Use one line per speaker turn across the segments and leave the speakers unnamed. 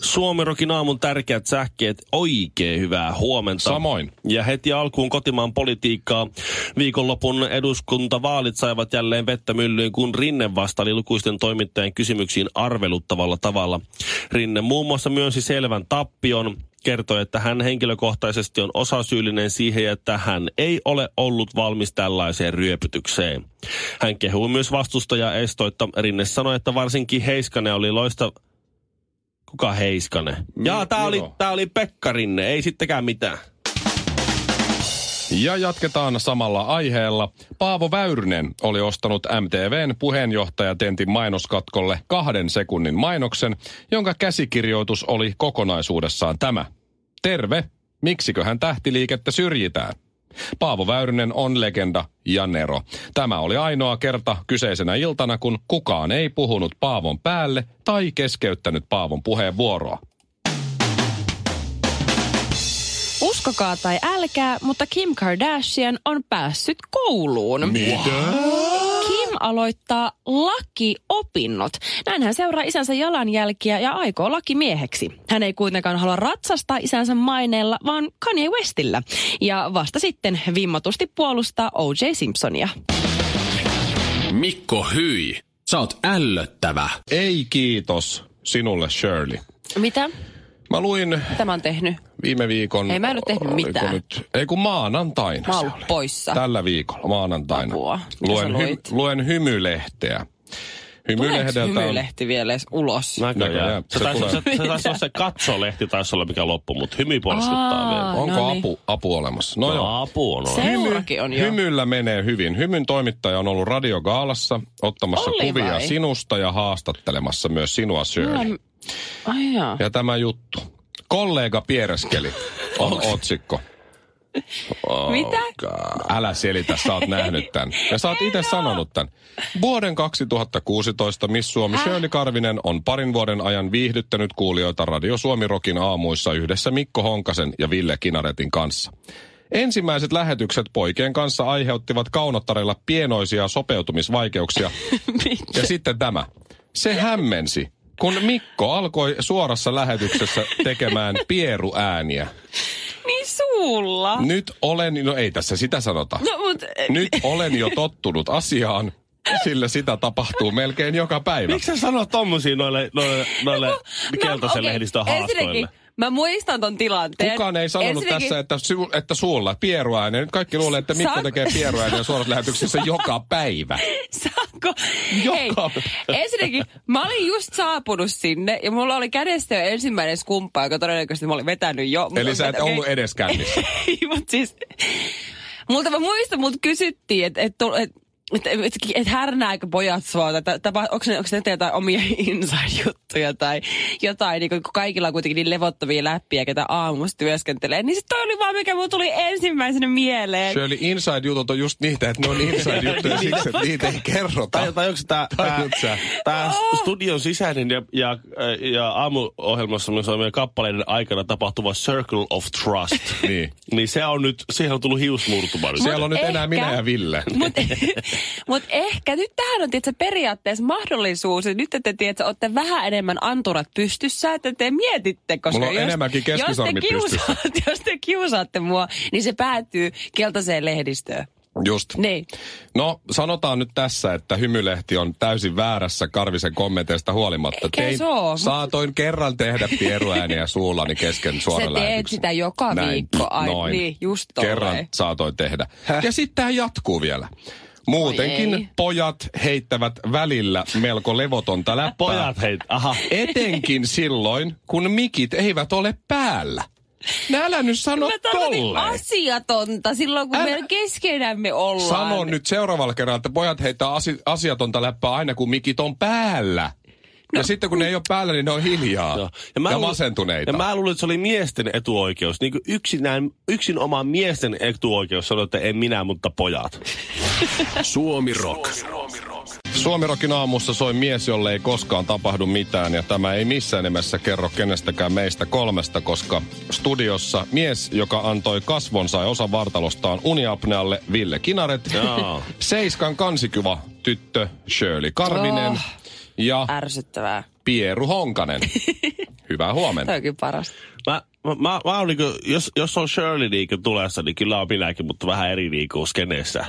Suomirokin aamun tärkeät sähkeet. Oikein hyvää huomenta.
Samoin.
Ja heti alkuun kotimaan politiikkaa. Viikonlopun eduskuntavaalit saivat jälleen vettä myllyyn, kun Rinne vastaili lukuisten toimittajien kysymyksiin arveluttavalla tavalla. Rinne muun muassa myönsi selvän tappion kertoi, että hän henkilökohtaisesti on osasyyllinen siihen, että hän ei ole ollut valmis tällaiseen ryöpytykseen. Hän kehui myös vastustajaa estoitta. Rinne sanoi, että varsinkin Heiskanen oli loista, Kuka Heiskanen? Jaa, tää
joo.
oli, tää oli Pekka Rinne, ei sittenkään mitään.
Ja jatketaan samalla aiheella. Paavo Väyrynen oli ostanut MTVn puheenjohtajatentin mainoskatkolle kahden sekunnin mainoksen, jonka käsikirjoitus oli kokonaisuudessaan tämä. Terve, miksiköhän tähtiliikettä syrjitään? Paavo Väyrynen on legenda ja nero. Tämä oli ainoa kerta kyseisenä iltana, kun kukaan ei puhunut Paavon päälle tai keskeyttänyt Paavon puheenvuoroa.
Uskokaa tai älkää, mutta Kim Kardashian on päässyt kouluun. Kim aloittaa lakiopinnot. Näin hän seuraa isänsä jalanjälkiä ja aikoo lakimieheksi. Hän ei kuitenkaan halua ratsastaa isänsä maineella, vaan Kanye Westillä. Ja vasta sitten vimmatusti puolustaa O.J. Simpsonia.
Mikko Hyi, sä oot ällöttävä.
Ei kiitos sinulle Shirley.
Mitä
Mä luin
tämä on tehnyt?
viime viikon...
Ei mä en oo tehnyt
oliko
mitään.
Nyt, ei kun maanantaina
Mä oon
se
ollut
oli.
poissa.
Tällä viikolla, maanantaina.
Apua. Mitä
Luen,
sä luit?
luen hymylehteä.
Tuleeko
Hymylehdeltä on...
hymylehti vielä edes ulos?
Näköjään.
Se
Se
taisi,
tulee.
se, se taisi olla se katsolehti, taisi olla mikä loppu, mutta hymy porskuttaa
Aa.
vielä.
Onko
No niin.
apu, apu olemassa? No, joo.
No, apu on ollut.
Se- Seurakin on jo.
Hymyllä menee hyvin. Hymyn toimittaja on ollut radiogaalassa ottamassa
Oli
kuvia
vai? No
sinusta ja haastattelemassa myös sinua, Shirley.
Mulla on- Ai jaa.
Ja tämä juttu. Kollega piereskeli on otsikko.
Mitä?
Älä selitä, sä oot nähnyt tämän. Ja sä oot itse sanonut tämän. Vuoden 2016 Miss Suomi Shirley Karvinen on parin vuoden ajan viihdyttänyt kuulijoita Radio Suomi Rokin aamuissa yhdessä Mikko Honkasen ja Ville Kinaretin kanssa. Ensimmäiset lähetykset poikien kanssa aiheuttivat kaunottarella pienoisia sopeutumisvaikeuksia. ja sitten tämä. Se hämmensi, kun Mikko alkoi suorassa lähetyksessä tekemään pieruääniä.
Niin suulla.
Nyt olen, no ei tässä sitä sanota.
No mut...
Nyt olen jo tottunut asiaan, sillä sitä tapahtuu melkein joka päivä.
Miksi sä sanot tommosia noille, noille, noille keltaisen
No, okei,
lehdistön haastoille?
ensinnäkin Mä muistan ton tilanteen.
Kukaan ei sanonut
Ensinnäkin-
tässä, että, su, että suulla pieruääniä. Nyt kaikki luulee, että Mikko
Saanko-
tekee pieruääniä suorassa lähetyksessä joka päivä.
Saanko?
Joka-
Hei, ensinnäkin mä olin just saapunut sinne ja mulla oli kädessä jo ensimmäinen skumppa, joka todennäköisesti mä olin vetänyt jo.
Eli sä et
No, Okei.
ollut edes kännissä.
Ei, mut siis... Mutta mä muistan, mut kysyttiin, että et, tu- et, että et, et härnääkö pojat sua, tai ta- tapa- onko ne, onks ne jotain omia inside-juttuja tai jotain, niin kun kaikilla on kuitenkin niin levottomia läppiä, ketä aamusta työskentelee. Niin sit toi oli vaan, mikä mulla tuli ensimmäisenä mieleen.
Shirley, inside-jutut on just niitä, että ne on
Niin,
inside-juttuja siksi, että niitä ei kerrota.
Tai, tai onko tämä,
Tajut sä?
tämä studion sisäinen ja, ja, ja aamuohjelmassa myös meidän kappaleiden aikana tapahtuva Circle of Trust.
Niin.
niin se on nyt, siihen on tullut hiusmurtuma nyt.
Siellä on nyt enää
ehkä-
minä ja Ville.
Mutta mut ehkä nyt tähän on tietysti periaatteessa mahdollisuus, että nyt te tiedätkö, olette vähän enemmän anturat pystyssä, että te mietitte, koska
Mulla on enemmänkin keskisormi
jos te, kiusaatte, jos te kiusaatte mua, niin se päätyy keltaiseen lehdistöön.
Just.
Niin.
No, sanotaan nyt tässä, että hymylehti on täysin väärässä Karvisen kommenteista huolimatta.
Eikä se oo, mut-
saatoin kerran tehdä pieruääniä suullani kesken suoran
Sä teet
lähetyksen.
sitä joka viikko, ai
Noin.
niin, just
Kerran
tolleen.
saatoin tehdä. Ja sitten tämä jatkuu vielä. Muutenkin
ei.
pojat heittävät välillä melko levotonta läppää.
Pojat hei, aha.
Etenkin silloin, kun mikit eivät ole päällä. No älä nyt sano
Mä tarkoitin
tolleen.
asiatonta silloin, kun
Älä-
Älä... meillä keskenämme ollaan.
Sano nyt seuraavalla kerralla, että pojat heittää asi- asiatonta läppää aina, kun mikit on päällä.
No,
Ja sitten kun ne ei ole päällä, niin ne on hiljaa ja, ja
luulin-
masentuneita.
Ja mä luulin, että se oli miesten etuoikeus. Niin yksinään, yksin oma miesten etuoikeus sanoi, että en minä, mutta pojat.
Suomi Rock.
Suomirokin aamussa soi mies, jolle ei koskaan tapahdu mitään ja tämä ei missään nimessä kerro kenestäkään meistä kolmesta, koska studiossa mies, joka antoi kasvonsa ja osa vartalostaan uniapnealle Ville Kinaret,
Jaa.
Seiskan kansikyva tyttö Shirley Karvinen
Oh.
Ah.
ja
Ärsyttävää.
Pieru Honkanen. Hyvää huomenta.
Tämä onkin parasta.
Mä, mä, mä, mä oon niinku, jos, jos on Shirley niinku tulessa, niin kyllä on minäkin, mutta vähän eri niinku skeneessä.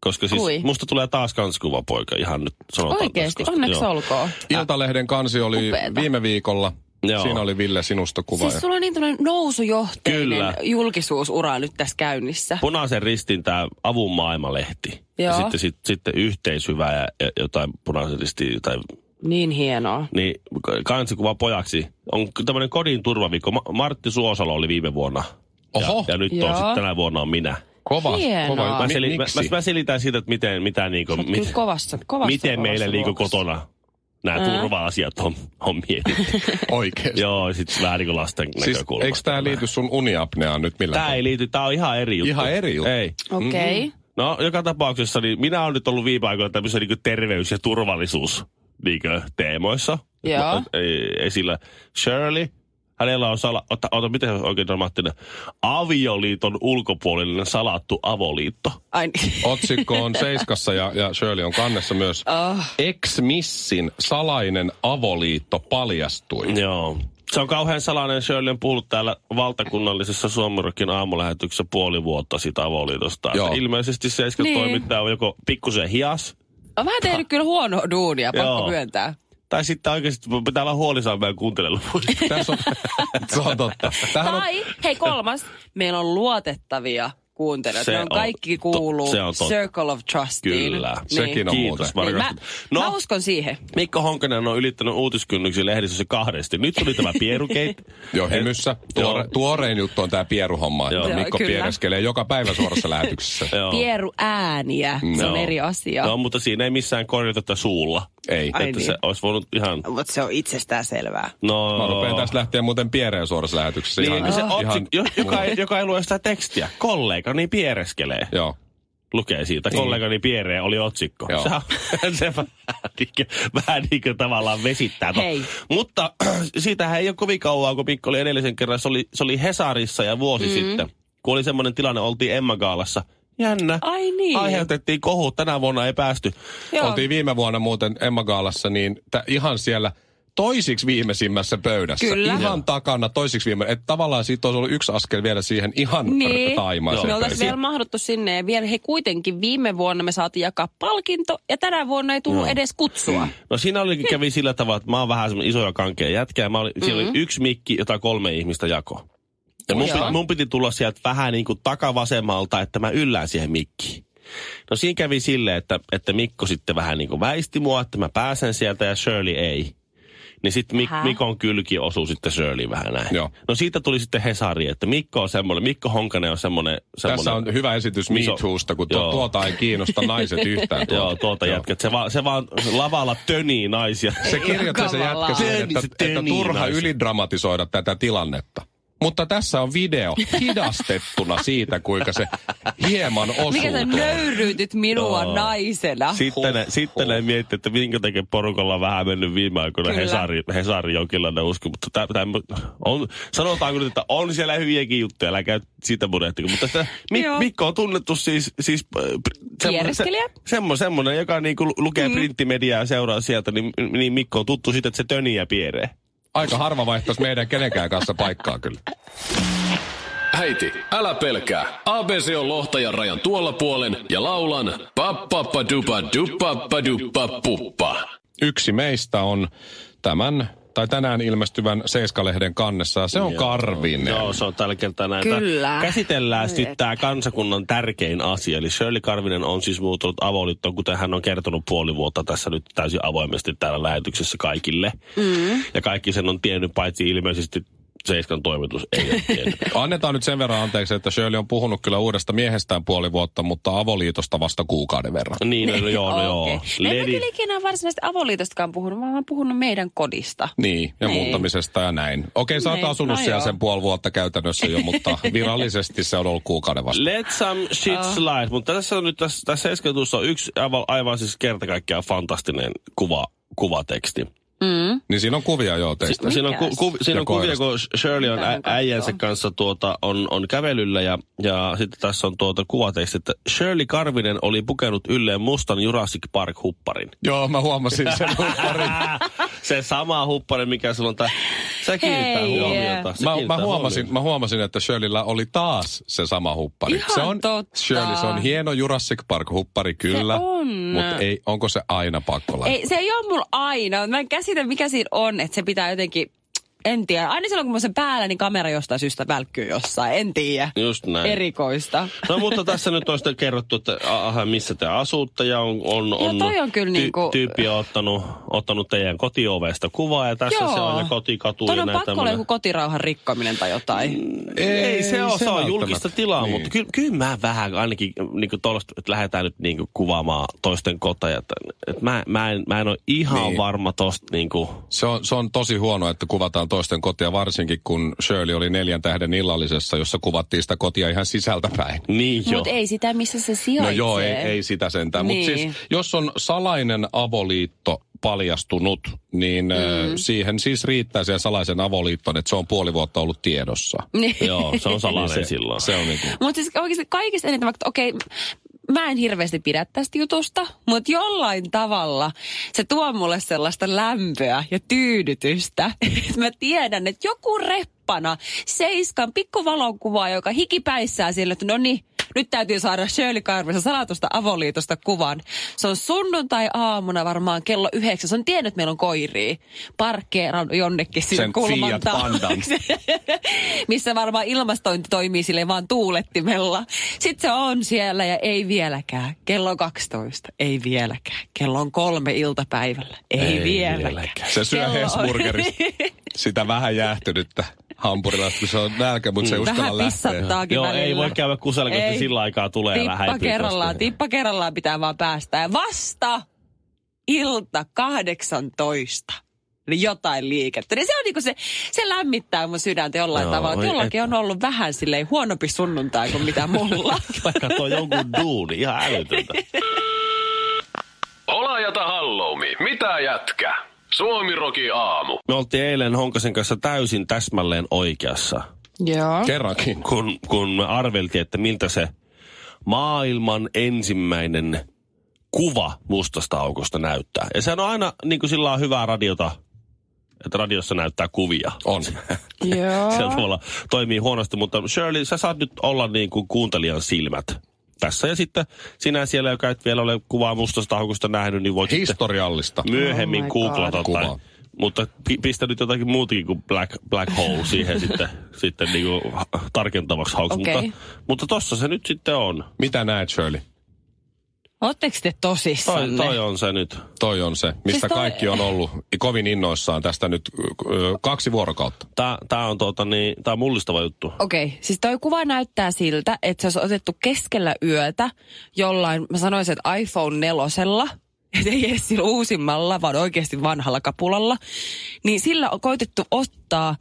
Koska siis
Kui?
musta tulee taas kansikuvapoika ihan nyt sanotaan.
Oikeesti,
tässä, koska-
onneksi
joo.
olkoon.
Iltalehden kansi oli
Upeeta.
viime viikolla.
Joo.
Siinä oli Ville sinustokuva.
Siis sulla on niin tämmöinen nousujohteinen
Kyllä.
julkisuusura nyt tässä käynnissä.
Punaisen ristin tämä avun maailmalehti. Ja
Joo.
sitten, sit, sitten yhteishyvä ja, ja jotain punaisen ristin jotain
Niin hienoa.
niin k- kansikuva pojaksi. On tämmöinen kodin turvaviikko. Ma- Martti Suosalo oli viime vuonna.
Oho,
Ja, ja nyt on
Joo.
sitten tänä vuonna on minä.
kova.
Hienoa.
kova.
Mä,
Mi-
seli- mä,
miksi?
mä, mä selitän siitä, että miten, mitä niinku,
Mit, Kyllä kovassa, kovassa,
miten
kovassa
meillä niinku
luokassa.
kotona nämä turva-asiat on, on mietitty.
Oikeesti.
Joo, sitten vähän niin kuin lasten
Siis
näkökulmasta.
eikö tämä liity sun uniapneaan nyt millään
Tämä ei liity, tämä on ihan eri juttu.
Ihan eri juttu.
Ei.
Okei. Okay.
No, joka tapauksessa niin minä olen nyt ollut viime aikoina tämmöisessä niin terveys- ja turvallisuus niin teemoissa
Joo.
Mä- e- esillä. Shirley, hänellä on, sala, ota, ota, miten se on oikein dramaattinen, avioliiton ulkopuolellinen salattu avoliitto.
Ai, niin.
Oh.
Otsikko on Seiskassa ja, ja Shirley on kannessa myös.
oh,
Ex-missin salainen avoliitto paljastui.
Joo. Se on kauhean salainen. Shirley on puhunut täällä valtakunnallisessa Suomirokin aamulähetyksessä puoli vuotta siitä avoliitosta.
Joo.
Ilmeisesti Seiska
Niin.
toimittaja on joko pikkusen hias,
on vähän tehnyt kyllä huonoa duunia,
Joo.
pakko myöntää.
tai sitten oikeasti pitää olla huolissaan meidän kuuntelijaluvuista.
Tässä on, se on totta. Tähän on,
Tai, hei kolmas, meillä on luotettavia kuuntelijoita.
Se
Ne
on
on kaikki
to-
kuuluu
se on totta.
Circle of Trustiin.
Kyllä,
sekin on muuten.
Kiitos,
Niin, mä,
varmasti.
no.
No,
mä uskon siihen.
Mikko Honkanen on ylittänyt uutiskynnyksiä lehdistössä kahdesti. Nyt tuli tämä pierukeit.
Joo, hymyssä. Tuore,
Joo.
tuorein juttu on tämä pieruhomma,
Joo.
että
Joo,
Mikko
kyllä.
piereskelee joka päivä suorassa lähetyksessä.
Joo.
Pieru ääniä, se on
Joo.
eri asia.
No, mutta siinä ei missään korjata tätä suulla.
Ei.
Ai
että
niin.
se olisi voinut ihan...
Mutta se on itsestään selvää.
No,
Mä rupean tästä lähteä muuten piereen suorassa lähetyksessä.
Niin, ihan, se
ihan-
otsik, jo, joka, ei, joka ei lue sitä tekstiä. Kollegani piereskelee.
Joo.
Lukee siitä.
Niin.
Kollegani piereen oli otsikko.
Joo.
Se, on- se vähän, niin kuin, vähän niin kuin tavallaan vesittää. ton.
Hei.
Mutta siitähän ei ole kovin kauan, kun Mikko oli edellisen kerran. Se oli, se oli Hesarissa ja vuosi
Mm-hmm.
sitten. Kun oli semmoinen tilanne, oltiin Emma Gaalassa. Jännä.
Ai niin.
Aiheutettiin kohu. Tänä vuonna ei päästy.
Joo.
Oltiin viime vuonna muuten Emma Gaalassa, niin t- ihan siellä toisiksi viimeisimmässä pöydässä.
Kyllä.
Ihan takana toisiksi viime, Että tavallaan siitä olisi ollut yksi askel vielä siihen ihan
Niin. Me
taimaiseen pöytään.
oltaisiin vielä mahduttu sinne ja vielä he kuitenkin viime vuonna me saatiin jakaa palkinto ja tänä vuonna ei tullut
Joo.
edes kutsua.
No siinä olikin kävi sillä tavalla, että mä oon vähän semmoinen isoja kankeja jätkä. Ja mä olin, mm-hmm. Siellä oli yksi mikki, jota kolme ihmistä jako. Ja mun, piti, mun piti tulla sieltä vähän niin kuin takavasemmalta, että mä yllään siihen mikkiin. No siinä kävi silleen, että, että Mikko sitten vähän niin kuin väisti mua, että mä pääsen sieltä ja Shirley ei. Niin sitten Mik-
Häh?
Mikon kylki osuu sitten Shirley vähän näin.
Joo.
No siitä tuli sitten Hesari, että Mikko on semmoinen, Mikko Honkanen on semmoinen.
Tässä on hyvä esitys Me
Iso-
Toosta, kun tuo,
Joo.
tuota ei kiinnosta naiset yhtään. Tuota.
Joo, tuolta jätkät. Se vaan, se vaan lavalla tönii naisia.
Se kirjoittaa se
Kamalaan.
jätkä siihen,
Teini-
että, että
teini-
turha
naiset.
ylidramatisoida tätä tilannetta. Mutta tässä on video hidastettuna siitä, kuinka se hieman osuu.
Mikä sä
tuohon.
nöyryytit minua naisena?
Sitten, ne, sitten ne miettii, että minkä takia porukalla on vähän mennyt viime aikoina
Kyllä.
Hesari, Hesari jonkinlainen usko. Mutta tä, täm, on, sanotaanko nyt, että on siellä hyviäkin juttuja, älä käy sitä murehtiko. Mutta sitä, Mik,
Joo.
Mikko on tunnettu siis... siis äh, semmo-
Viereskelijä?
se- semmo, semmoinen, joka niinku lu- lukee mm. printtimediaa ja seuraa sieltä, niin, niin Mikko on tuttu siitä, että se töniä pieree.
Aika harva vaihtaisi meidän kenenkään kanssa paikkaa kyllä.
Äiti, älä pelkää. ABC on lohtajan rajan tuolla puolen ja laulan pappappadupa duppappaduppa puppa.
Yksi meistä on tämän tai tänään ilmestyvän Seiskalehden kannessa ja se on Karvinen.
Joo, se on tällä kertaa näitä.
Kyllä. Niin.
Käsitellään nyt tämä kansakunnan tärkein asia. Eli Shirley Karvinen on siis muuttunut avoliittoon, kuten hän on kertonut puoli vuotta tässä nyt täysin avoimesti täällä lähetyksessä kaikille. Mm. Ja kaikki sen on tiennyt, paitsi ilmeisesti Seiskan toimitus ei ole tiennyt.
Annetaan nyt sen verran anteeksi, että Shirley on puhunut kyllä uudesta miehestään puoli vuotta, mutta avoliitosta vasta kuukauden verran.
Niin, no, joo, no,
Okei.
joo.
No en mä
Lady,
kyllä ikinä ole varsinaisesti avoliitostakaan puhunut, vaan mä oon puhunut meidän kodista.
Niin, ja
Niin.
muuttamisesta ja näin. Okei, sä oot
Niin,
asunut
no
siellä
joo.
sen puoli vuotta käytännössä jo, mutta virallisesti se on ollut kuukauden vasta.
let some shit slide. Mutta tässä on nyt tässä, tässä esketussa on yksi aivan, aivan siis kerta kaikkiaan fantastinen kuva, kuvateksti.
Mm.
Niin siinä on kuvia jo teistä.
Si- siinä on, ku,
Mikäs?
ku, siinä
Ja
on kuvia,
koirasta.
kun Shirley on
Pitää
ä-
katsoa.
äijänsä kanssa tuota, on, on kävelyllä ja, ja sitten tässä on tuota kuvateksti, että Shirley Karvinen oli pukenut ylleen mustan Jurassic Park-hupparin.
Joo, mä huomasin sen.
Se sama huppari, mikä sulla on tää. Sä kiinnittää
Hei,
huomiota. Se
Mä,
kiinnittää
mä, huomasin,
huomiota.
mä huomasin, että Shirleyllä oli taas se sama huppari.
Ihan
se on,
totta.
Shirley, se on hieno Jurassic Park-huppari kyllä,
on.
mutta ei, onko se aina pakko laittaa?
Ei, se ei ole mulla aina. mutta Mä en käsitä, mikä siinä on, että se pitää jotenkin... En tiedä. Aina silloin, kun mä oon sen päällä, niin kamera jostain syystä välkkyy jossain. En tiedä.
Just näin.
Erikoista.
No mutta tässä nyt on sitten kerrottu, että aha, missä te asutte ja on, on, on
toi on kyllä niinku-
tyyppi on ottanut, ottanut teidän kotiovesta kuvaa ja tässä se on ja kotikatu
Tuon
ja Mm,
on
näin
pakko olla joku kotirauhan rikkominen tai jotain.
Ei, ei se ole, se on
välttämättä.
julkista tilaa, niin. mutta kyllä, kyllä mä vähän ainakin niin kuin tollaista, että lähdetään nyt niin kuin kuvaamaan toisten koteja. Että, että mä, mä, en, mä en ole ihan
Niin.
niin. varma tosta niin kuin,
Se on, se on tosi huono, että kuvataan toisten kotia, varsinkin kun Shirley oli neljän tähden illallisessa, jossa kuvattiin sitä kotia ihan sisältä päin.
niin jo.
Mutta ei sitä, missä se
No
sijaitsee.
joo, ei, ei sitä sentään. Niin.
Niin.
Mutta siis, jos on salainen avoliitto paljastunut, niin mm. siihen siis riittää siihen salaisen avoliittoon, että se on puoli vuotta ollut tiedossa.
Niin.
Joo, se on salainen Niin. se, silloin.
Se on niinku...
Mutta siis oikeasti kaikista eniten, vaikka okei, mä en hirveästi pidä tästä jutusta, mutta jollain tavalla se tuo mulle sellaista lämpöä ja tyydytystä. Et mä tiedän, että joku reppana seiskan pikkuvalonkuvaa, joka hikipäissään sillä, että no niin, nyt täytyy saada Shirley Karvisen salatusta avoliitosta kuvan. Se on sunnuntai-aamuna varmaan kello yhdeksän. Se on tiennyt, että meillä on koiria. Parkkeeran jonnekin sinne
Sen
kulman
Fiat
taakse
Pandan.
missä varmaan ilmastointi toimii sille vaan tuulettimella. Sitten se on siellä ja ei vieläkään. Kello on 12, ei vieläkään. Kello on kolme iltapäivällä, ei, ei vieläkään. vieläkään.
Se syö
Kello on-
Hesburgerista sitä vähän jäähtynyttä hampurilaista, kun se on nälkä, mutta se ei
Mm. Vähän
uskalla lähteä.
pissattaakin
Joo,
välillä.
ei voi käydä kusella, kun se
Ei.
sillä aikaa tulee ja
Tippa
häipyy
kerrallaan,
tosta.
tippa kerrallaan pitää vaan päästä. Ja vasta ilta 18 niin jotain liikettä. Niin se on niinku se, se lämmittää mun sydäntä jollain
Joo,
tavalla.
oi
Jollakin on
että.
ollut vähän silleen huonompi sunnuntai kuin mitä mulla.
Vaikka tuo jonkun duuni, ihan älytöntä.
Olajata halloumi, mitä jätkä? Suomiroki aamu.
Me oltiin eilen Honkasen kanssa täysin täsmälleen oikeassa,
Joo.
Kerrankin.
kun, kun me arveltiin, että miltä se maailman ensimmäinen kuva mustasta aukosta näyttää. Ja sehän on aina niin kuin sillä on hyvää radiota, että radiossa näyttää kuvia.
On.
Joo.
Sillä tavalla toimii huonosti, mutta Shirley, sä saat nyt olla niin kuin kuuntelijan silmät tässä. Ja sitten sinä siellä, joka et vielä ole kuvaa mustasta aukosta nähnyt, niin voit sitten
Historiallista.
Oh
myöhemmin
my
oh
God.
googlata
Kuvaa.
tai, mutta pi- pistä nyt jotakin muutakin kuin black, black hole siihen sitten, sitten niinku ha- tarkentavaksi hauksi.
Okei.
Mutta, mutta tossa se nyt sitten on.
Mitä näet, Shirley?
Ootteko te
Toi,
tosissanne?
toi on se nyt.
Toi on se, mistä
Siis
siis
toi-
toi... kaikki on ollut kovin innoissaan tästä nyt ö, ö, kaksi vuorokautta.
Tää, tää on tuota niin, tää on mullistava juttu.
Okei, okay. siis toi kuva näyttää siltä, että se olisi otettu keskellä yötä jollain, mä sanoisin, että iPhone nelosella, että ei edes sillä uusimmalla, vaan oikeasti vanhalla kapulalla, niin sillä on koitettu ottaa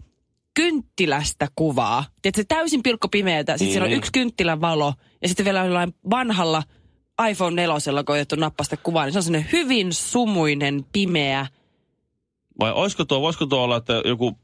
kynttilästä kuvaa. Tiedätkö, se täysin pilkkopimeätä, sitten mm.
Niin.
siellä on yksi kynttilän valo, ja sitten vielä jollain vanhalla iPhone nelosella koitettu nappasta kuvaa, niin se on sellainen hyvin sumuinen, pimeä,
Vai olisiko tuo, voisiko tuo olla, että joku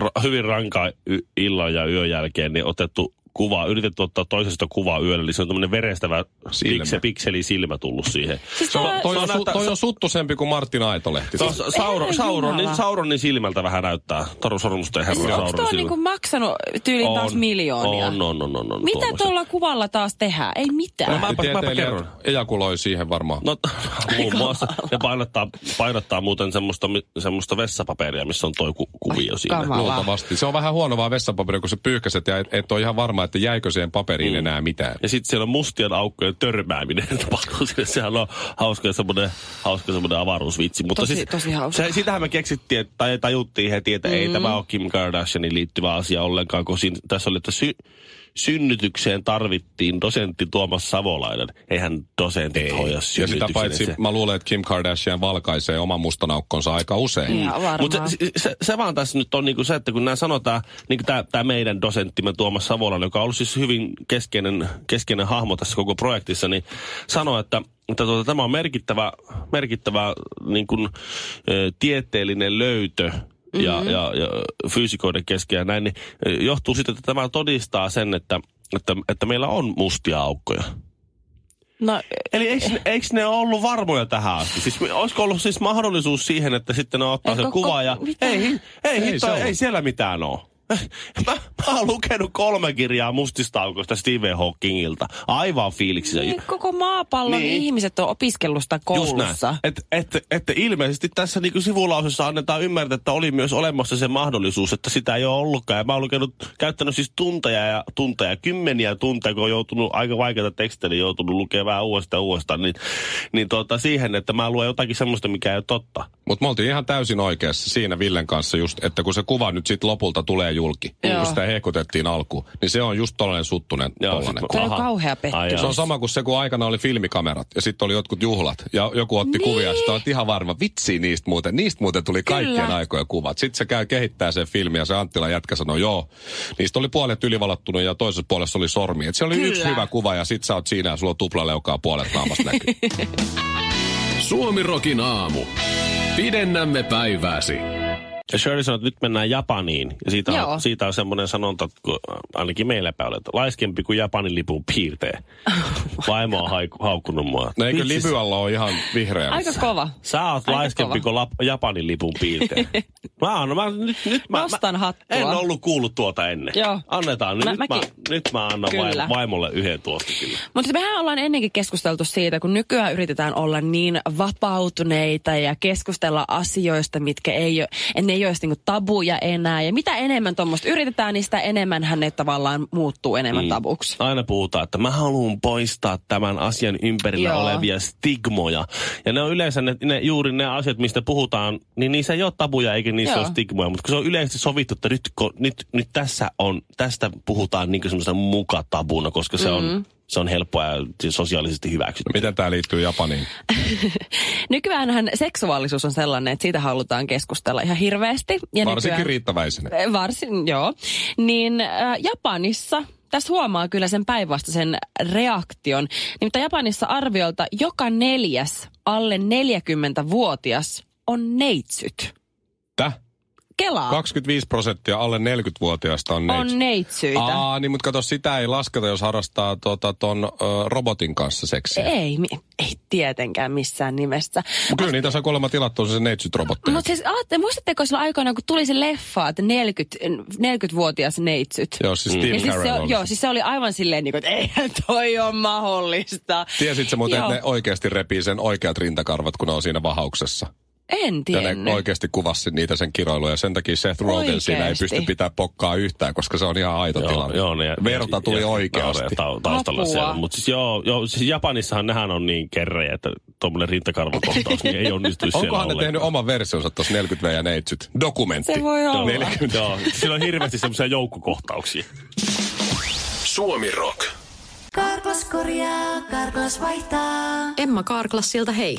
ra- hyvin ranka y- illan ja yön jälkeen niin otettu kuva, yritetty ottaa toisesta kuvaa yöllä, niin se on tämmöinen verestävä
Silmä.
pikse, pikseli silmä tullut siihen.
Siis
Se on,
tää-
toi,
se
on,
on
su,
näyttä-
toi
se-
on suttusempi kuin Martin Aitolehti.
Tuo
Siis,
sa- Sauron,
Herran Jumala.
Sauronin, Sauronin silmältä vähän näyttää. Taru Sormusten herra
Onko
Sauronin
tuo
silmä.
niinku maksanut tyyliin taas miljoonia?
On, on, on, on, on
Mitä
tuommoista.
tuolla kuvalla taas tehdään? Ei mitään.
Mä- mäpä- mäpä
Tieteilijät
kerron.
ejakuloi siihen varmaan. No.
No, t- muun muassa. Ne painottaa, painottaa muuten semmoista, mi- semmoista vessapaperia, missä on toi ku, kuvio siinä.
kamala.
Luultavasti. Se on vähän huonoa vessapaperia, kun sä pyyhkäset ja et, et ole ihan varma, tavallaan, että jäikö siihen paperiin mm. enää mitään.
Ja sitten siellä on mustien aukkojen törmääminen tapahtuu sinne. Sehän on hauska semmoinen, hauska semmoinen avaruusvitsi. Mutta
Tosi-
siis,
tosi hauska.
Se, sitähän me keksittiin, että- tai tajuttiin heti, että mm. ei tämä ole Kim Kardashianin liittyvä asia ollenkaan, kun siinä, tässä oli, että sy, synnytykseen tarvittiin dosentti Tuomas Savolainen. Eihän dosentit ei. hoida
Ja
synnytyksen.
sitä paitsi mä luulen, että Kim Kardashian valkaisee oman mustanaukkonsa aika usein.
Ja varmaan.
Mm, Mutta se, se, se, vaan tässä nyt on niinku se, että kun nämä sanotaan, niin kuin tämä meidän dosenttimme Tuomas Savolan, joka on ollut siis hyvin keskeinen, keskeinen hahmo tässä koko projektissa, niin sanoi, että, että tuota, tämä on merkittävä, merkittävä niin kuin, ö, tieteellinen löytö ja, mm-hmm. ja, ja fyysikoiden kesken ja näin, niin ö, johtuu siitä, että tämä todistaa sen, että, että, että meillä on mustia aukkoja.
No,
Eli eikö, ne- eikö ne ole ollut varmoja tähän asti? Siis, me- olisiko ollut siis mahdollisuus siihen, että sitten ne ottaa
Ei
sen
koko-
kuvan ja
mitä?
ei, hi- ei,
Ei
ei,
se
hitto,
ollut.
ei siellä mitään ole. Mä, mä oon lukenut kolme kirjaa mustista aukoista Stephen Hawkingilta. Aivan fiiliksissä.
niin koko maapallon
Niin.
niin. ihmiset on opiskellut sitä koulussa.
Et, et, et ilmeisesti tässä niinku sivulausessa annetaan ymmärtää, että oli myös olemassa se mahdollisuus, että sitä ei ole ollutkaan. Ja mä oon lukenut, käyttänyt siis tunteja ja tunteja, kymmeniä tunteja, kun on joutunut aika vaikeita tekstejä, niin joutunut lukemaan vähän uudestaan ja uudestaan, niin, niin tota, siihen, että mä luen jotakin semmoista, mikä ei ole totta.
Mutta me oltiin ihan täysin oikeassa siinä Villen kanssa just, että kun se kuva nyt sitten lopulta tulee julki, Joo. kun
Joo.
sitä hehkutettiin alkuun, niin se on just tollainen suttunen
Joo,
tollainen
sit-
kuva.
Toi on
Aha.
kauhea
Ai
pettymys.
jaa.
Se on sama kuin se, kun aikana oli filmikamerat ja sitten oli jotkut juhlat ja joku otti niin. kuvia ja sitten olet ihan varma, vitsi niistä muuten, niistä muuten tuli kaikkien
Kyllä.
aikojen kuvat. Sitten se käy kehittää sen filmin ja se Anttila jätkä sanoi, joo, niistä oli puolet ylivalottunut ja toisessa puolessa oli sormi. Et se oli Kyllä.
Kyllä.
yksi hyvä kuva ja sitten sä oot siinä ja sulla on tuplaleukaa puolet naamasta näkyy.
Suomi Rokin aamu. Pidennämme päivääsi.
Ja Shirley sanoi, että nyt mennään Japaniin. Ja siitä
Joo.
on, siitä on semmoinen sanonta, että kun, ainakin meillä päin oli, että laiskempi kuin Japanin lipun piirtee. Vaimo on haiku, haukkunut mua.
No eikö
Vitsi,
livy alla ole ihan vihreä?
Aika kova.
Sä oot
Aika
laiskempi kuin lap- Japanin lipun piirtein. mä oon, mä, nyt, nyt mä,
Nostan
mä,
hattua.
En ollut kuullut tuota ennen.
Joo.
Annetaan, nyt,
Mä-
mä, nyt, mä,
mäkin.
nyt mä annan
Kyllä.
vaim- vaimolle yhden tuosta kyllä.
Mutta siis mehän ollaan ennenkin keskusteltu siitä, kun nykyään yritetään olla niin vapautuneita ja keskustella asioista, mitkä ei ole, et ne ei ole edes niinku tabuja enää. Ja mitä enemmän tuommoista yritetään, niin sitä enemmän hän ne tavallaan muuttuu enemmän mm.
Niin.
tabuksi.
Aina puhutaan, että mä haluan poistaa tämän asian ympärillä Joo.
Joo.
olevia stigmoja. Ja ne on yleensä ne, ne, juuri ne asiat, mistä puhutaan, niin niissä ei ole tabuja eikä niissä Joo.
Joo.
ole stigmoja. Mutta kun se on yleisesti sovittu, että nyt, ko, nyt, nyt tässä on, tästä puhutaan niin semmoisena mukatabuna, koska se, mm-hmm. on, se on helppoa ja sosiaalisesti hyväksytty.
Miten tämä liittyy Japaniin?
Nykyäänhän seksuaalisuus on sellainen, että siitä halutaan keskustella ihan hirveästi. Ja
Varsinkin
nykyään-
riittäväisenä.
Eh, Varsin, joo. Niin äh, Japanissa, tässä huomaa kyllä sen päinvastaisen reaktion. Nimittäin Japanissa arviolta joka neljäs alle 40-vuotias on neitsyt.
Täh?
Kelaa
25 prosenttia alle 40-vuotiaista on neitsyt.
on neitsyitä.
Aa, niin, mutta kato, sitä ei lasketa, jos harrastaa tota, ton ö, robotin kanssa seksiä.
Ei, mi- ei tietenkään missään nimessä.
Mut Kyllä niitä saa kuulemma tilattua se neitsyt robotteja.
Mutta siis aatte, muistatteko silloin aikoinaan, kun tuli se leffa, että 40, 40-vuotias neitsyt?
Joo, siis Steve
Ja siis se,
Carell oli.
joo, siis se oli aivan silleen, niin kuin, että eihän toi ole mahdollista.
Tiesit sä muuten,
Joo.
että ne oikeasti repii sen oikeat rintakarvat, kun ne on siinä vahauksessa.
En
Ja
tiennyt.
ne oikeasti kuvasi niitä sen kiroiluja. Ja sen takia Seth Rogen
Oikeesti.
siinä ei pysty pitää pokkaa yhtään, koska se on ihan aito tilanne.
ne-
Verta tuli
ja-
oikeasti.
tau- Taustalla
Apua.
siellä. Mutta siis joo, joo, siis Japanissahan nehän on niin kerrejä, että tuommoinen rintakarvakohtaus niin ei onnistuisi siellä
Onkohan ne tehnyt oman versionsa tuossa 40 ja neitsyt? Dokumentti.
Se voi olla.
Neljä-
tehnyt Joo, sillä on hirveästi semmoisia joukkokohtauksia.
Suomi Rock.
Karklas korjaa, Karklas vaihtaa.
Emma Kaarklassilta hei.